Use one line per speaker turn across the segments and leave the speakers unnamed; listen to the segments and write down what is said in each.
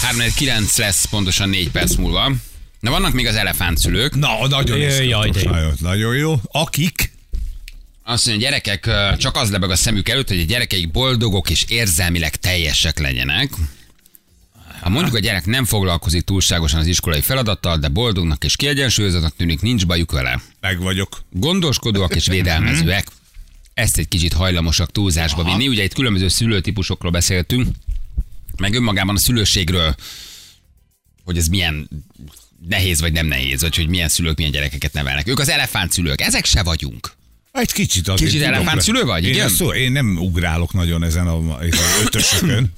349 lesz pontosan 4 perc múlva. Na vannak még az elefántszülők.
Na, nagyon
Jaj,
izgalmas.
de jó.
Nagyon, nagyon jó. Akik?
Azt mondja, gyerekek, ö, csak az lebeg a szemük előtt, hogy a gyerekeik boldogok és érzelmileg teljesek legyenek. Ha mondjuk a gyerek nem foglalkozik túlságosan az iskolai feladattal, de boldognak és kiegyensúlyozottnak tűnik, nincs bajuk vele.
Meg vagyok.
Gondoskodóak és védelmezőek. Ezt egy kicsit hajlamosak túlzásba vinni. Ugye itt különböző szülőtípusokról beszéltünk, meg önmagában a szülőségről, hogy ez milyen nehéz vagy nem nehéz, vagy hogy milyen szülők milyen gyerekeket nevelnek. Ők az elefánt szülők, ezek se vagyunk.
Egy kicsit azért.
Kicsit
tudok
elefánt
le-
szülő vagy,
Én,
igen?
ezt szó, én nem ugrálok nagyon ezen a, ezen a ötösökön.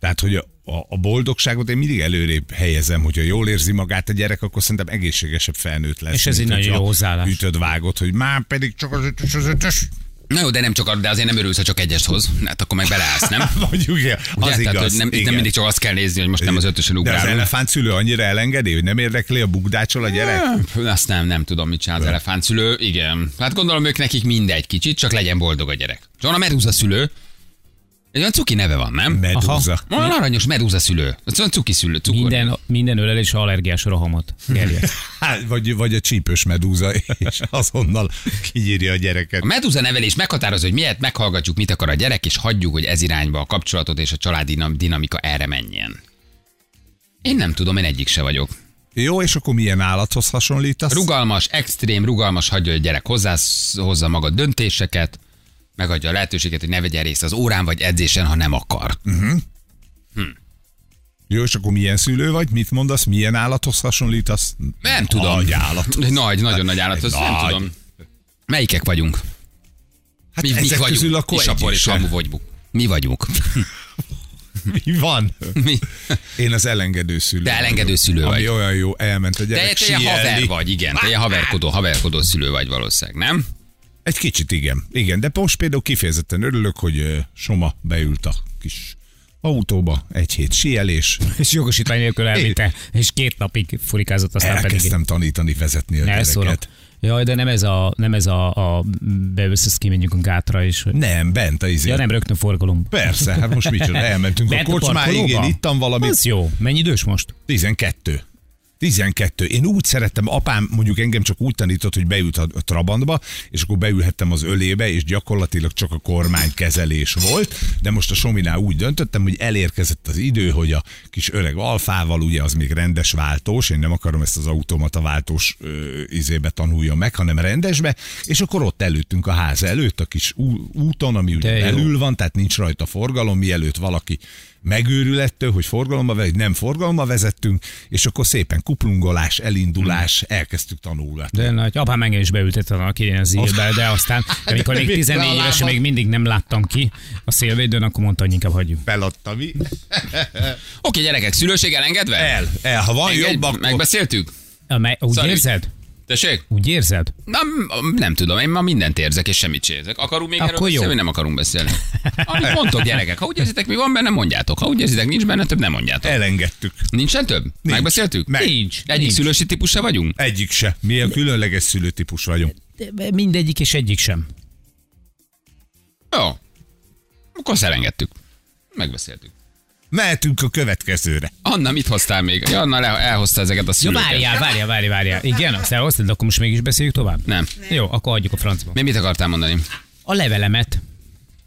Tehát, hogy a, a- a boldogságot én mindig előrébb helyezem, hogyha jól érzi magát a gyerek, akkor szerintem egészségesebb felnőtt lesz.
És ez
mint
egy nagyon
hogyha
jó hozzáállás.
Ütöd vágod, hogy már pedig csak az ötös, az ötös.
Na jó, de nem csak, de azért nem örülsz, ha csak egyest hoz. Hát akkor meg beleállsz, nem?
Mondjuk, igen,
Ugye?
az igaz.
Tehát, hogy nem, itt
igen.
nem mindig csak azt kell nézni, hogy most nem az ötösön
De az
ugrálunk.
elefánt szülő annyira elengedi, hogy nem érdekli a bugdácsol a gyerek?
Azt nem, nem tudom, mit csinál az elefántszülő. Igen. Hát gondolom, ők nekik mindegy kicsit, csak legyen boldog a gyerek. Csak a merúza szülő. Egy olyan cuki neve van, nem?
Medúza.
Van aranyos merúza szülő. Az olyan cuki szülő. Cukor.
Minden, minden ölelés allergiás rohamot. gerjeszt.
Hát, vagy, vagy a csípős medúza, és azonnal kinyírja a gyereket.
A medúza nevelés meghatározza, hogy miért meghallgatjuk, mit akar a gyerek, és hagyjuk, hogy ez irányba a kapcsolatot és a család dinam- dinamika erre menjen. Én nem tudom, én egyik se vagyok.
Jó, és akkor milyen állathoz hasonlítasz?
Rugalmas, extrém, rugalmas, hagyja, hogy a gyerek hozzá, hozza maga döntéseket, megadja a lehetőséget, hogy ne vegyen részt az órán vagy edzésen, ha nem akar.
Jó, és akkor milyen szülő vagy? Mit mondasz? Milyen állathoz hasonlítasz?
Nem tudom.
Nagy állat. Hát,
Nagy, nagyon nagy állat. Azt nem
Nagy.
tudom. Melyikek vagyunk?
Hát
Mi,
ezek
mik vagyunk?
közül akkor
és abból
egyik
is
sem.
hamu vagyunk. Mi vagyunk.
Mi van?
Mi?
Én az elengedő szülő.
De elengedő
vagyok.
szülő
Ami
vagy.
olyan jó, elment a
Te
gyerek.
egy ilyen haver
sielli.
vagy, igen. Te ilyen haverkodó, haverkodó szülő vagy valószínűleg, nem?
Egy kicsit igen. Igen, de most például kifejezetten örülök, hogy ö, Soma beült a kis autóba, egy hét sielés,
és jogosítvány nélkül elvitte, és két napig furikázott, aztán pedig...
elkezdtem tanítani, vezetni a
Ne szólok.
gyereket.
Jaj, de nem ez a, nem ez a, a beösszesz kimegyünk a gátra is. Hogy...
Nem, bent a izé.
Ja nem, rögtön forgalom.
Persze, hát most micsoda, elmentünk a
Bent a
kocsmáig, én
parkolóba?
ittam valamit.
Ez jó. Mennyi idős most?
12. 12. Én úgy szerettem, apám mondjuk engem csak úgy tanított, hogy beült a a Trabantba, és akkor beülhettem az ölébe, és gyakorlatilag csak a kormány kezelés volt, de most a Sominál úgy döntöttem, hogy elérkezett az idő, hogy a kis öreg alfával, ugye az még rendes váltós, én nem akarom ezt az automata váltós ö, izébe tanulja meg, hanem rendesbe, és akkor ott előttünk a ház előtt, a kis ú- úton, ami ugye
De jó.
belül van, tehát nincs rajta forgalom, mielőtt valaki megőrül ettől, hogy forgalomba vagy nem forgalomba vezettünk, és akkor szépen kuplungolás, elindulás,
Hmm.
elkezdtük tanulni.
De nagy. Apám engem is beültett a kérjen az írbe, de aztán, amikor még
mit
14
lábad?
évesen még mindig nem láttam ki a szélvédőn, akkor mondta, hogy inkább hagyjuk.
Feladta mi?
Oké, gyerekek, szülőség elengedve?
El, el, ha van
Engedj,
jobb, akkor...
Megbeszéltük?
Amely, úgy
Szóval-
érzed?
Tessék?
Úgy érzed?
Nem, nem tudom, én ma mindent érzek, és semmit sem érzek. Akarunk még
Akkor
erről beszélni,
jó.
vagy nem akarunk beszélni? Amit mondtok, gyerekek, ha úgy érzitek, mi van benne, mondjátok. Ha úgy érzitek, nincs benne, több nem mondjátok.
Elengedtük.
Nincsen több? Nincs. Megbeszéltük?
Meg.
Nincs.
Egyik
Nincs.
szülősi típusa vagyunk?
Egyik se. Mi a különleges szülőtípus vagyunk.
De Mindegyik és egyik sem.
Jó. Akkor azt elengedtük. Megbeszéltük.
Mehetünk a következőre.
Anna, mit hoztál még? Ja, Anna le- elhozta ezeket a
Ja,
szülőket.
várjál, várjál, várjál, várjál. Igen, azt elhoztad, de akkor most mégis beszéljük tovább?
Nem.
Jó, akkor adjuk a francba.
Mi mit akartál mondani?
A levelemet.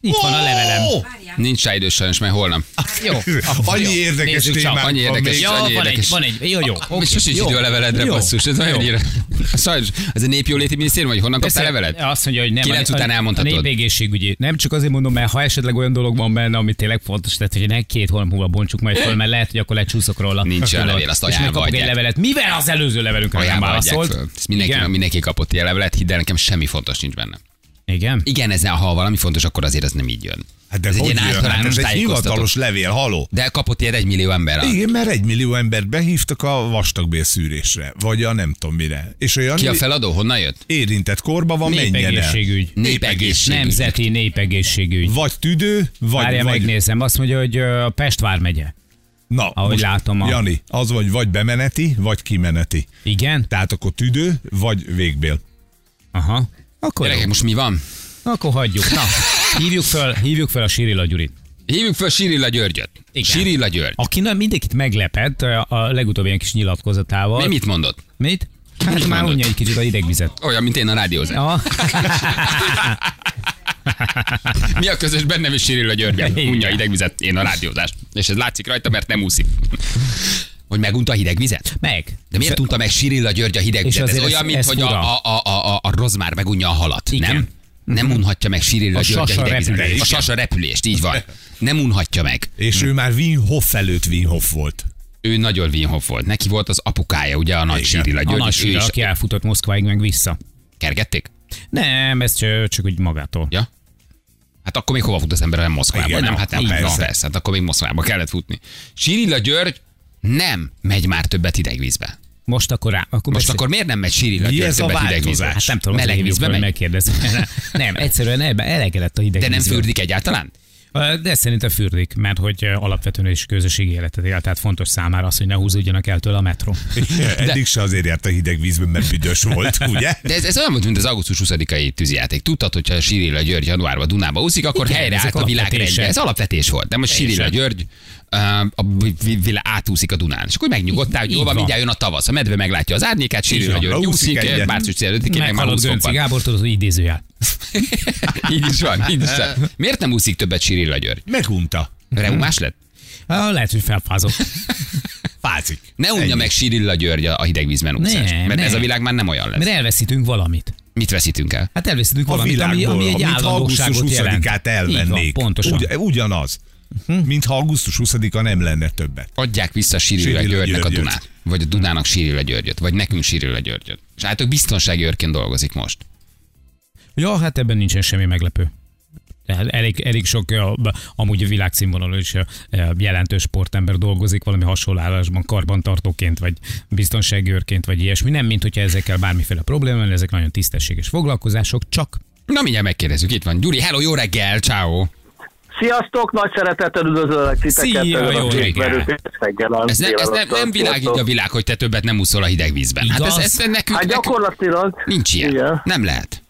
Itt van a levelem.
Ó!
Nincs rá idős sajnos, mert holnap.
Jó. akkor
Annyi
jó.
érdekes
Nézzük csak.
témánk
Annyi
van
érdekes,
még.
Ja,
annyi
van
érdekes.
egy, van egy. Jó, jó.
Okay.
oké.
Most sincs idő a leveledre,
Jó.
basszus. Ez
Jó.
olyan ír. Sajnos, ez a népjóléti minisztérium, hogy honnan kaptál
Persze,
levelet?
Azt mondja, hogy nem.
Kilenc
a-
után
a-
elmondhatod.
A népegészségügyi. Nem csak azért mondom, mert ha esetleg olyan dolog van benne, ami tényleg fontos, tehát hogy ne két hónap múlva bontsuk majd föl, mert lehet, hogy akkor lecsúszok róla.
Nincs olyan
Tudod?
levél, azt
És
ajánlva
megkapok egy
adják.
levelet. Mivel az előző levelünkre nem
Ajánlva adják
válaszolt?
föl. Ezt mindenki,
Igen.
mindenki kapott ilyen levelet, hidd el, nekem semmi fontos nincs benne.
Igen.
Igen, ez ha valami fontos, akkor azért ez nem így jön.
Hát de
ez
ez
egy
hogy
ilyen
jön? Hát
általános
ez egy
tájékoztató. Hát.
hivatalos levél, haló.
De kapott ilyet egy millió ember.
Igen, mert egy millió embert behívtak a vastagbélszűrésre, vagy a nem tudom mire. És olyan
Ki a
hogy
feladó? Honnan jött?
érintett korba van, menjen el.
Népegészségügy.
Népegészségügy.
Nemzeti népegészségügy.
Vagy tüdő, vagy...
Várjál,
vagy...
megnézem. Azt mondja, hogy ö, a Pest vármegye.
Na,
Ahogy látom a-
Jani, az vagy vagy bemeneti, vagy kimeneti.
Igen?
Tehát akkor tüdő, vagy végbél.
Aha. Akkor jó.
Gyerekek, most mi van?
Akkor hagyjuk. Na, hívjuk föl, hívjuk föl a Sirila Gyurit.
Hívjuk fel Sirilla Györgyöt.
Igen.
Sirilla György.
Aki nem mindenkit meglepett a, a legutóbbi ilyen kis nyilatkozatával.
Mi mit mondott?
Mit? Hát
Mit
már
mondod?
unja egy kicsit a hát idegvizet.
Olyan, mint én a rádiózás.
Ja.
Mi a közös bennem és Sirilla Györgyel? Unja a idegvizet, én a rádiózást. És ez látszik rajta, mert nem úszik. Hogy megunta a hidegvizet?
Meg.
De miért unta meg Sirilla György a
És
hidegvizet? Ez
azért
olyan,
ez-
mint
ez
hogy a,
fura.
a, a, a, a rozmár megunja a halat,
Igen. Mhm.
nem? Nem unhatja meg Sirilla
A
György a
sasa
hidegvizet.
repülést.
A sasa repülést, így van. Nem unhatja meg.
És
Hm.
ő már Wim Hof előtt Wim Hof volt.
Ő nagyon Winhoff volt. Neki volt az apukája, ugye a nagy Sirilla
A
György.
nagy
és ő
sűrű,
is
aki elfutott Moszkváig meg vissza.
kergették?
Nem, ez csak, csak úgy magától.
Ja? Hát akkor még hova fut az ember, ha nem Moszkvába?
Igen,
nem,
hát
hát nem,
persze.
persze. Van, persze. Hát akkor még Moszkvába kellett futni. Sirilla György nem megy már többet hidegvízbe.
Most akkor rá. Akkor
Most
beszél-
akkor miért nem megy Sirilla
Mi
György
ez a
többet
változás?
hidegvízbe?
Hát
Hát nem tudom,
meleg vízbe megy.
megkérdezni. nem, egyszerűen ebbe elegedett a hideg
De nem
vízből.
fürdik egyáltalán?
Ö, De szerintem fürdik, mert hogy ö, alapvetően is közösségi életet él, tehát fontos számára az, hogy ne húzódjanak el tőle a metró.
Eddig se azért járt a hideg vízben, mert büdös volt, ugye?
De ez, ez olyan volt, mint az augusztus 20-ai tűzijáték. Tudtad, hogyha Sirilla György januárban Dunába úszik, akkor
Igen,
helyreállt
ezek
a világ
alapvetések.
rendje. Ez alapvetés volt. De most Sirilla György ö, a vi- vi- vilá- átúszik a Dunán. És akkor megnyugodtál, hogy
Így
jól van,
van.
mindjárt jön a tavasz. A medve meglátja az árnyékát, Sirilla
van.
György
Ha úszik
úszik,
egyet.
március 15-én meg már
Meghalok
20
Dönci
fokban.
Gábor, tudod, hogy idézőjel.
így is van, így is van. Miért nem úszik többet Sirilla György?
Megunta.
Reumás lett?
Á, Lehet, hogy felfázott.
Fázik.
Ne unja meg Sirilla György a hidegvízben úszást,
Nem,
mert
nem.
ez a világ már nem olyan lesz.
Mert elveszítünk valamit.
Mit veszítünk el?
Hát elveszítünk
A
valamit, ami,
világból,
ami egy
ha mintha augusztus
állandóságot jelent.
20-át
Így van,
elvennék.
pontosan. Hm.
Ugy, ugyanaz. Mintha augusztus 20-a nem lenne többet.
Adják vissza Sirilla
Sirilla
Györgynek a
Györgyöt.
Dunát. Vagy a Dunának Sirilla Györgyöt. Vagy nekünk Sirilla Györgyöt. És hát ők biztonsági őrként dolgozik most.
Ja, hát ebben nincsen semmi meglepő. Tehát elég, elég sok, ö, b- amúgy a világszínvonalon is ö, ö, jelentős sportember dolgozik valami hasonló állásban, karbantartóként, vagy biztonságőrként, vagy ilyesmi. Nem, mint hogyha ezekkel bármiféle probléma lenne, ezek nagyon tisztességes foglalkozások, csak
Na mindjárt megkérdezzük, itt van Gyuri. Hello, jó reggel, ciao.
Sziasztok, nagy szeretettel üdvözöllek titeket.
Szia,
ezen a
jó
székverő
reggelt.
pénzreggelen.
Ez, ne, ez ne, nem világít a világ, hogy te többet nem úszol a hideg vízben. Hát ez,
Igaz?
ez nekünk,
Hát
nekünk
gyakorlatilag...
nincs ilyen.
Igen.
Nem lehet.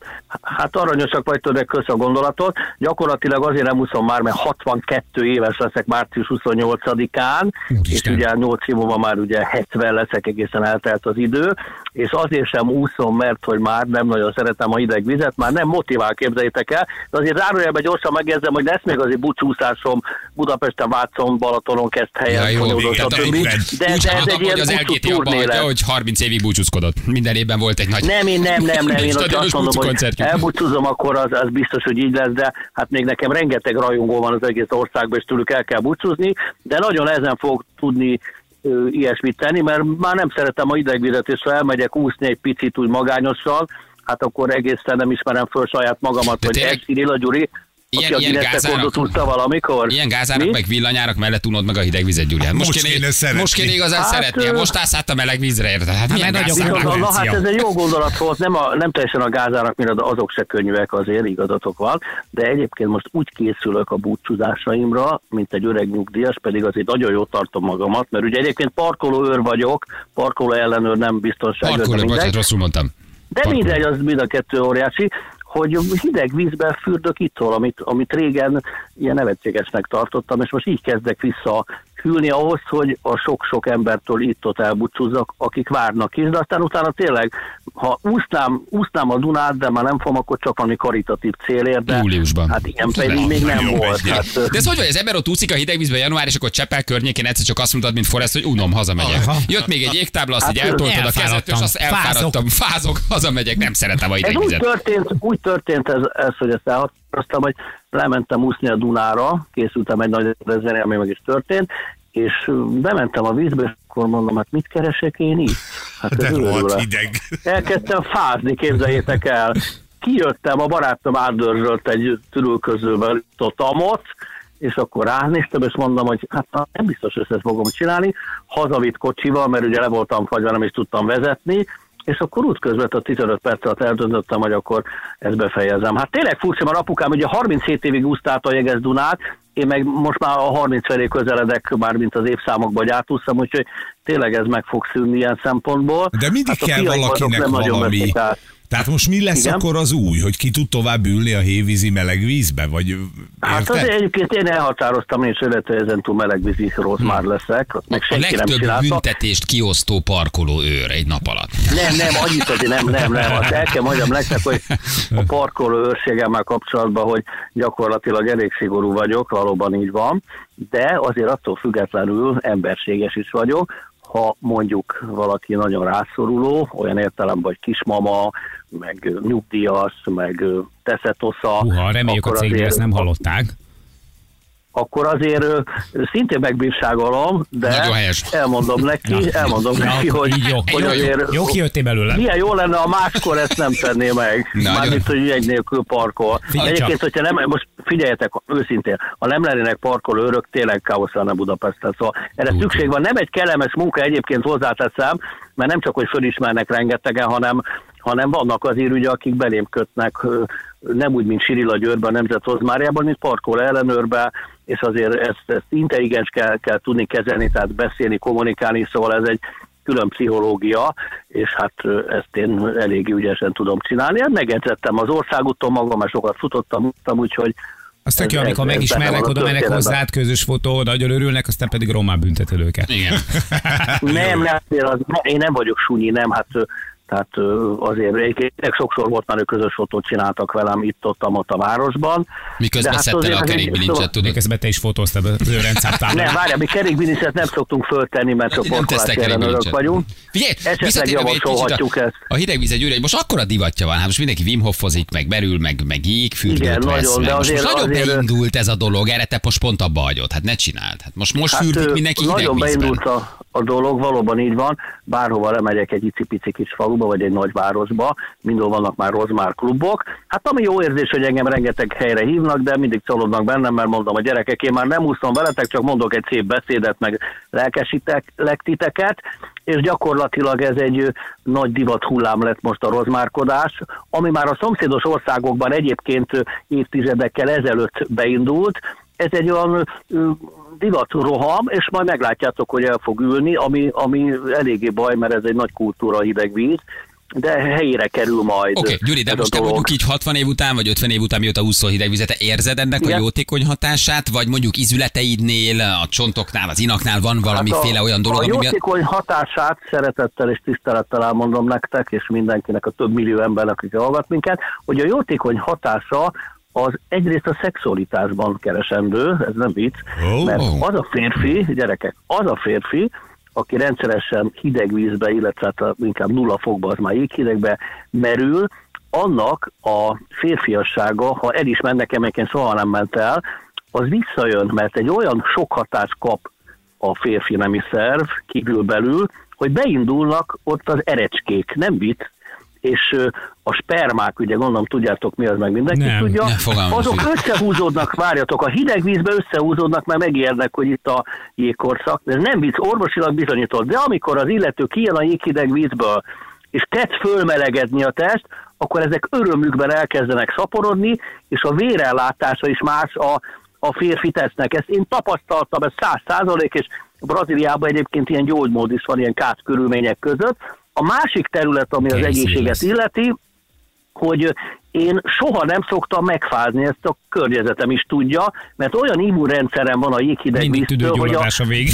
Hát aranyosak vagytok, de kösz a gondolatot. Gyakorlatilag azért nem úszom már, mert 62 éves leszek március 28-án,
Úristen.
és ugye 8 év múlva már ugye 70 leszek, egészen eltelt az idő, és azért sem úszom, mert hogy már nem nagyon szeretem a hideg vizet, már nem motivál, képzeljétek el, de azért zárójelben gyorsan megjegyzem, hogy lesz még azért bucsúszásom Budapesten, Vácon, Balatonon kezd helyen.
Ja, jó,
konyolódott,
igen. Hát akkor
stb.
úgy,
de,
úgy
de, ez
hallgatom,
egy ilyen
hogy az LGT
bucsú
abba
turné
hagyja,
lesz.
hogy 30 évig búcsúzkodott. Minden évben volt egy nagy...
Nem, én nem, nem, nem, én
Stadionos
ott azt mondom, hogy
búcsúkoncertjük.
elbúcsúzom, akkor az, az biztos, hogy így lesz, de hát még nekem rengeteg rajongó van az egész országban, és tőlük el kell búcsúzni, de nagyon nehezen fog tudni ö, ilyesmit tenni, mert már nem szeretem a idegvizet, és ha elmegyek úszni egy picit úgy magányosan, hát akkor egészen nem ismerem föl saját magamat,
De
hogy
tényleg-
egy Cirilla Gyuri,
Ilyen-
aki a
ilyen
Guinness
gázának-
rekordot úszta valamikor.
Ilyen gázának,
Mi?
meg villanyárak mellett unod meg a hideg vizet, Gyuri. Hát
Most kéne szeretni.
most kéne igazán
Hát,
szeretnél.
ö-
Most állsz át a meleg vízre, érted? Hát, milyen
mert
gáz-
nagyon-
Viszont
Konkurencia.
na, hát ez egy jó gondolat volt, nem, a, nem teljesen a gázának, mint az- azok se könnyűek azért, igazatok van, de egyébként most úgy készülök a búcsúzásaimra, mint egy öreg nyugdíjas, pedig azért nagyon jól tartom magamat, mert ugye egyébként parkoló őr vagyok, parkoló ellenőr nem biztonság.
Parkoló, bocsánat, rosszul mondtam.
De
Parkoló.
mindegy, az mind a kettő óriási, hogy hideg vízben fürdök itthon, amit, amit régen ilyen nevetségesnek tartottam, és most így kezdek vissza hűlni ahhoz, hogy a sok-sok embertől itt-ott elbúcsúzzak, akik várnak is, de aztán utána tényleg, ha úsznám, úsznám a Dunát, de már nem fogom, akkor csak valami karitatív célért, de
Júliusban.
hát ilyen
Ez
pedig
lehet,
még nem
nagyon
volt.
megy.
Hát, ö,
De ez hogy vagy, az ember ott úszik a hideg vízben január, és akkor Csepel környékén egyszer csak azt mondtad, mint Forrest, hogy unom, hazamegyek.
Aha.
Jött még egy jégtábla, azt
Hát,
így eltoltad a kezet,
elfáradtam.
és azt elfáradtam. Fázok, hazamegyek, nem szeretem a
Ez
hideg
úgy
vizet.
történt, úgy történt ez, ez, hogy ezt elhatároztam, hogy lementem úszni a Dunára, készültem egy nagy rendezvényre, ami meg is történt, és ö, bementem a vízbe, és akkor mondom, hát mit keresek én itt? Hát
De
ez
volt
őrület.
hideg.
Elkezdtem fázni, képzeljétek el. Kijöttem, a barátom átdörzsölt egy tűrülközővel itt a tamot, és akkor ránéztem, és mondom, hogy hát nem biztos, hogy ezt fogom csinálni. Hazavitt kocsival, mert ugye le voltam fagyva, nem is tudtam vezetni, és akkor útközben a 15 perc alatt eldöntöttem, hogy akkor ezt befejezem. Hát tényleg furcsa, mert apukám ugye 37 évig úsztált a jeges Dunát, én meg most már a 30 felé közeledek, már mint az évszámokban, hogy átúsztam, úgyhogy tényleg ez meg fog szűnni ilyen szempontból.
De mindig
Hát a
kell
fiaik azok
valakinek
nem nagyon
valami.
veszik át.
Tehát most mi lesz Igen?
Igen.
akkor az új, hogy ki tud tovább ülni a hévízi meleg vízbe? Vagy
Hát az
érted?
egyébként én elhatároztam, és illetve ezen túl melegvízi rossz már leszek, azt meg
A
senki nem
legtöbb
csinálta.
büntetést kiosztó parkoló őr egy nap alatt.
Nem, nem, annyit azért nem, nem, nem. Azt el kell mondjam nektek, hogy a parkoló őrségemmel kapcsolatban, hogy gyakorlatilag elég szigorú vagyok, valóban így van, de azért attól függetlenül emberséges is vagyok, ha mondjuk valaki nagyon rászoruló, olyan értelemben, hogy kismama, meg ö, nyugdíjas, meg ö, teszetosza.
Uha, reméljük a
akkor
cégnél
azért-
ezt nem hallották.
akkor azért ö, szintén megbírságolom, de
Nagyon helyes.
elmondom neki, elmondom neki, hogy,
így jó.
hogy
jó,
azért
jó, kijöttél belőle.
milyen jó lenne, ha máskor ezt nem tenné meg.
Nagyon.
Mármint, hogy ügy nélkül parkol.
Figyelj
Egyébként, hogyha nem, most figyeljetek őszintén, ha nem lennének parkoló örök, tényleg káosz lenne Budapesten. Szóval erre
Úgy.
szükség van. Nem egy kellemes munka egyébként hozzáteszem, mert nem csak, hogy fölismernek rengetegen, hanem hanem vannak azért ugye, akik belém kötnek, ö, nem úgy, mint Sirila Győrben, Nemzethozmárjában, mint parkoló ellenőrben, és azért ezt, ezt intelligens kell, kell tudni kezelni, tehát beszélni, kommunikálni, szóval ez egy külön pszichológia, és hát ö, ezt én elég ügyesen tudom csinálni. Hát Megedzettem az országúton magam, mert sokat futottam, uttam, úgyhogy
Azt tök jó,
Ez-
amikor
ez- ez benne
megismernek,
van a
oda mennek
történetben.
hozzád, közös fotó, nagyon örülnek, aztán pedig román büntetel őket.
Igen.
Nem, nem, azért az, ne- én nem vagyok sunyi, nem, hát ö, tehát ö, azért egyébként tényleg sokszor volt már, hogy közös fotót csináltak velem itt, ott, am, ott a városban.
Miközben
De
hát szedte
azért
le a
ez egy-
kerékbilincset,
szóval-
tudod.
Miközben te is fotóztad az
Nem,
őrendszámtában.
várjál, mi kerékbilincset nem szoktunk föltenni, mert
Hát
csak
én nem tesztek
parkolási ellenőrök
kerékbilincset.
vagyunk.
Figyelj,
Esetleg
visszatérve még egy kicsit
javasolhatjuk
a,
ezt.
a hidegvízegy üregy, most akkora divatja van, hát most mindenki Wim Hofozik, meg berül, meg, meg íg, fürdőt
Igen,
vesz,
nagyon,
meg.
de
Most, most
azért-
nagyon
azért-
beindult ez a dolog, erre te most pont abba hagyod, hát ne csináld. Hát most, most fürdik
ö,
mindenki hideg
Nagyon
vízben.
beindult a, a dolog, valóban így van. Bárhova lemegyek egy icipici kis faluba, vagy egy nagy városba, mindenhol vannak már rozmár klubok. Hát ami jó érzés, hogy engem rengeteg helyre hívnak, de mindig csalódnak bennem, mert mondom a gyerekek, én már nem úszom veletek, csak mondok egy szép beszédet, meg lelkesítek lek titeket, és gyakorlatilag ez egy ö, nagy divat hullám lett most a rozmárkodás, ami már a szomszédos országokban egyébként ö, évtizedekkel ezelőtt beindult, ez egy olyan ö, divatroham, és majd meglátjátok, hogy el fog ülni, ami, ami eléggé baj, mert ez egy nagy kultúra a hideg víz, de helyére kerül majd.
Oké, okay, Gyuri, de
ez a
most te
dolog.
mondjuk így 60 év után, vagy 50 év után, mióta úszol hideg vizet, te érzed ennek a
Igen.
jótékony hatását, vagy mondjuk izületeidnél, a csontoknál, az inaknál van valamiféle
Hát a,
olyan dolog,
A
ami miatt...
jótékony hatását szeretettel és tisztelettel elmondom nektek, és mindenkinek, a több millió embernek, aki hallgat minket, hogy a jótékony hatása az egyrészt a szexualitásban keresendő, ez nem vicc,
Ó.
mert az a férfi, gyerekek, az a férfi, aki rendszeresen hideg vízbe, illetve hát a- inkább nulla fokba, az már jéghidegbe merül, annak a férfiassága, ha el is ment nekem, egyébként soha nem ment el, az visszajön, mert egy olyan sok hatást kap a férfi nemi szerv kívülbelül, hogy beindulnak ott az erecskék, nem vicc, és ö, a spermák, ugye gondolom tudjátok mi az, meg mindenki
Nem,
tudja,
nem, fogalmam
azok
sincs.
összehúzódnak, várjatok, a hideg vízbe összehúzódnak, mert megijednek, hogy itt a jégkorszak. De ez nem vicc, orvosilag bizonyított. De amikor az illető kijön a jéghideg vízből, és kezd fölmelegedni a test, akkor ezek örömükben elkezdenek szaporodni, és a vérellátása is más a, a férfi tesznek. Ezt én tapasztaltam, ez száz százalék, és Brazíliában egyébként ilyen gyógymód is van ilyen kárt körülmények között. A másik terület, ami az
Tényleg
egészséget
szívlesz.
illeti, hogy én soha nem szoktam megfázni, ezt a környezetem is tudja, mert olyan immunrendszerem van a jéghideg
Mindig
víztől, hogy a,
tüdőgyulladás a vég.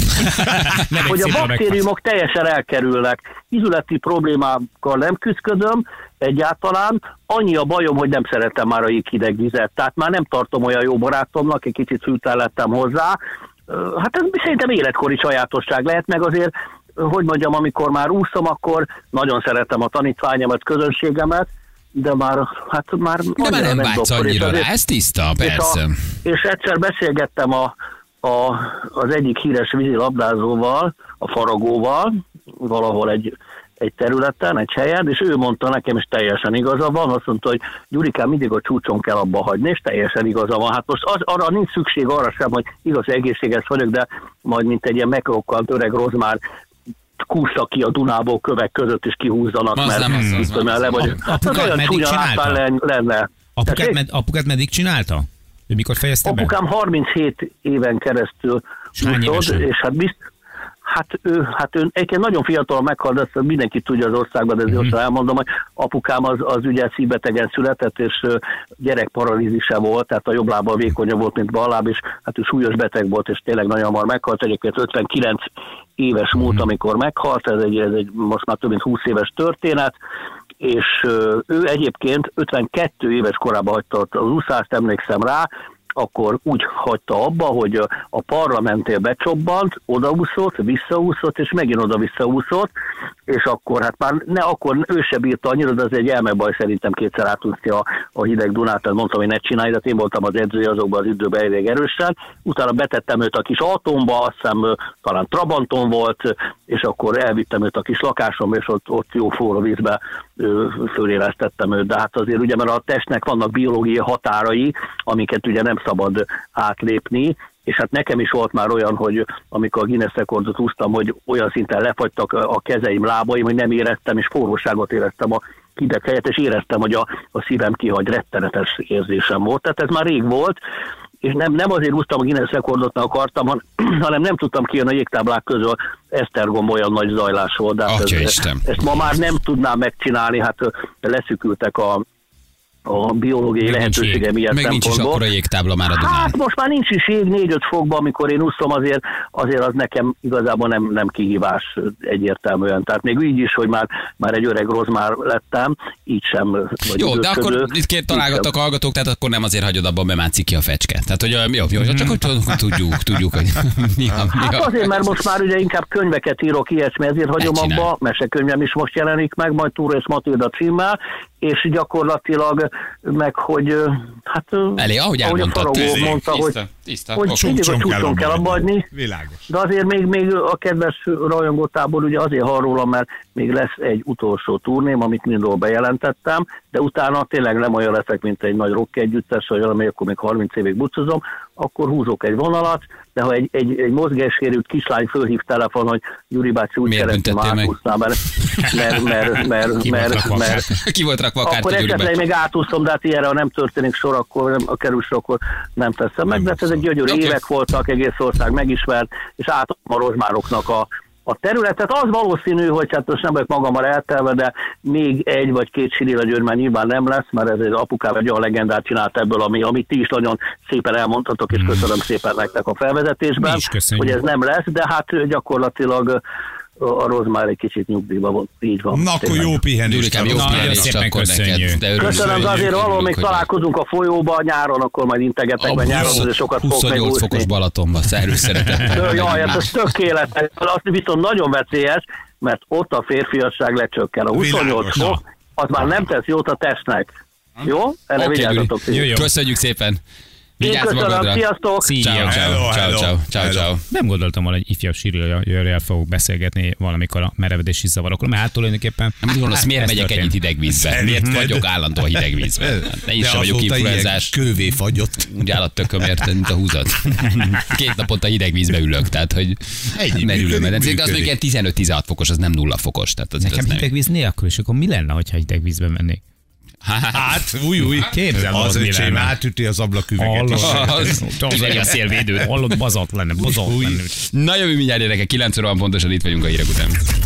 Nem
hogy
egy
a
szívra megfasz.
baktériumok teljesen elkerülnek. Izületi problémákkal nem küzdködöm egyáltalán. Annyi a bajom, hogy nem szeretem már a jéghideg vizet. Tehát már nem tartom olyan jó barátomnak, egy kicsit hűtlen lettem hozzá. Ö, Hát ez szerintem életkori sajátosság lehet, meg azért ö, hogy mondjam, amikor már úszom, akkor nagyon szeretem a tanítványomat, közönségemet, de már, hát már...
De már
annyira
nem vágysz
doktor, és
annyira
azért-
rá, ez tiszta, persze.
és, a, és egyszer beszélgettem a, a, az egyik híres vízilabdázóval, a faragóval, valahol egy, egy területen, egy helyen, és ő mondta nekem, és teljesen igaza van, azt mondta, hogy Gyurikám mindig a csúcson kell abba hagyni, és teljesen igaza van. Hát most az, arra nincs szükség arra sem, hogy igaz egészséges vagyok, de majd mint egy ilyen megrokkant öreg rozmár kúszta ki a Dunából kövek között, és kihúzzanak,
Az
mert
nem az, az
itt
nem az.
le vagyok.
Apu-
Hát az
apukát
olyan
meddig
csúnya
csinálta?
látván len- lenne.
Apukát,
Tessék?
med, apukát meddig csinálta? Ő mikor fejezte be?
Apukám 37 éven keresztül
És hány évesen?
és hát bizt, Hát ő, hát ő egyébként nagyon fiatal meghalt, ezt mindenki tudja az országban, de ezért
Mhm.
gyorsan elmondom, hogy apukám az, az ugye szívbetegen született, és ö, gyerekparalízise volt, tehát a jobb lába vékonyabb volt, mint bal láb, és hát ő súlyos beteg volt, és tényleg nagyon hamar meghalt. Egyébként 59 éves
Mhm.
múlt, amikor meghalt, ez egy, ez egy most már több mint 20 éves történet, és ö, ő egyébként 52 éves korában hagyta az úszást, emlékszem rá, akkor úgy hagyta abba, hogy ö, a parlamentén becsobbant, odaúszott, visszaúszott, és megint oda-visszaúszott, és akkor hát már ne, akkor ő se bírta annyira, de az egy elmebaj szerintem kétszer átúszni a, a hideg Dunát, tehát mondtam, hogy ne csinálj, de hát én voltam az edzője azokban az időben elég erősen, utána betettem őt a kis atomba, azt hiszem ö, talán Trabanton volt, ö, és akkor elvittem őt a kis lakásom, és ott, ott jó forró vízbe ö, fölélesztettem őt, de hát azért ugye, mert a testnek vannak biológiai határai, amiket ugye nem szabad átlépni, és hát nekem is volt már olyan, hogy amikor a Guinness rekordot úsztam, hogy olyan szinten lefagytak a a kezeim, lábaim, hogy nem éreztem, és forróságot éreztem a hideg helyett, és éreztem, hogy a, a szívem kihagy, rettenetes érzésem volt. Tehát ez már rég volt, és nem, nem azért úsztam a Guinness rekordot, mert akartam, han- hanem nem tudtam kijönni a jégtáblák közül. Esztergom olyan nagy zajlás volt. de hát ez-
Atyaisten.
Ezt ma már nem tudnám megcsinálni, hát ö, leszükültek a, a biológiai
Meg nincs
lehetősége
jég.
miatt
Meg nincs is
szempontból.
akkora jégtábla már a Dunán.
Hát most már nincs is jég 4-5 fokban, amikor én úszom, azért, azért az nekem igazából nem, nem kihívás egyértelműen. Tehát még így is, hogy már, már egy öreg rossz már lettem, így sem vagy
Jó, de akkor
idősödő,
itt két
így sem.
találgattak hallgatók, tehát akkor nem azért hagyod abban, mert már ciki a fecske. Tehát, hogy ö, jó, jó, csak hogy tudjuk, tudjuk, tudjuk hogy mi a, mi
Mm. Hát
a...
azért, mert most már ugye inkább könyveket írok, ilyesmi, ezért hagyom
csinálj.
abba, mesekönyvem is most jelenik meg, majd Túra és Matilda címmel, és gyakorlatilag meg, hogy ö, hát... ö,
Elé, ahogy
a
elmondtad,
Faragó
tiszta,
mondta, hogy,
tiszta, tiszta.
hogy
Oké.
mindig a csúcson kell abba adni,
Világos.
de azért még, még a kedves rajongótábor ugye azért hall rólam, mert még lesz egy utolsó turném, amit mindról bejelentettem, de utána tényleg nem olyan leszek, mint egy nagy rock együttes, vagy valami, akkor még 30 évig bucozom, akkor húzok egy vonalat, de ha egy, egy, egy mozgássérült kislány fölhív telefon, hogy Gyuri bácsi úgy
Miért
keresztül
büntettél meg?
átúsztál, mert, mert, mert, mert, mert,
rakva a
mert,
Ki volt rakva a
akkor
kártya Gyuri
esetleg
bácsi?
még átúszom, de hát ilyenre, ha nem történik sor, akkor nem, a kerül sor, akkor nem teszem meg. De hát ez egy gyönyörű
Oké.
évek voltak, egész ország megismert, és átadom a rozsmároknak a, a területet. Az valószínű, hogy hát most nem vagyok magammal eltelve, de még egy vagy két siri legyőr már nyilván nem lesz, mert ez egy apukám egy olyan legendát csinált ebből, ami, amit ti is nagyon szépen elmondhatok, és köszönöm szépen nektek a felvezetésben,
Mi is köszönjük.
hogy ez nem lesz, de hát gyakorlatilag ö, a rozmár egy kicsit nyugdíjba van. Így van.
Na, akkor
Tényleg.
jó pihenést.
Gyurikám, jó
Nagyon
pihenést
szépen
akkor neked.
köszönjük.
De örülünk,
Köszönöm, de azért
örülünk,
valahol még
hogy vagy.
találkozunk a folyóba, nyáron akkor majd integetek, mert nyáron azért sokat fogok
28 fokos
megúszni.
Balatonba, szerű szeretettel.
Ö, Jaj,
Megyünk
hát ez tökéletes. Azt viszont nagyon veszélyes, mert ott a férfiasság lecsökken. A 28
Világos.
fok, az már nem tesz jót a testnek. Jó?
Oké,
Erre okay, vigyázzatok.
Gyuri.
ti.
Jó, jó.
Köszönjük szépen.
Én
Vigyázz
köszönöm,
magadra.
sziasztok!
Ciao, ciao,
Hello,
ciao,
hello.
ciao, ciao, ciao.
Nem gondoltam volna, hogy ifjabb sírjőrrel fogok beszélgetni valamikor a merevedési zavarokról, mert hát tulajdonképpen...
Mit
Hát
gondolsz, miért
Ez
megyek
történt.
ennyit hideg vízbe? Miért
Szerinted?
vagyok állandóan hideg vízben? Hát Én
De
sem vagyok
azóta ilyen
influenzás.
Kővé fagyott.
úgy áll a tökömért, mint a húzat. Két naponta hideg vízbe ülök, tehát hogy
Ennyi,
merülöm.
működik,
mert Ez az még
működik.
ilyen 15-16 fokos, az nem nulla fokos. Tehát az, az
Nekem
nem.
hidegvíz nélkül, és akkor mi lenne, ha hidegvízbe mennék?
Hát, új, új.
Képzeld,
az
az mi
öcsém
lenne.
átüti az ablaküveget is.
Kiveri a szélvédőt. Hallod, bazalt lenne, bazalt lenne.
Na jövő mindjárt érdeke, 9 óra van pontosan itt vagyunk a hírek után.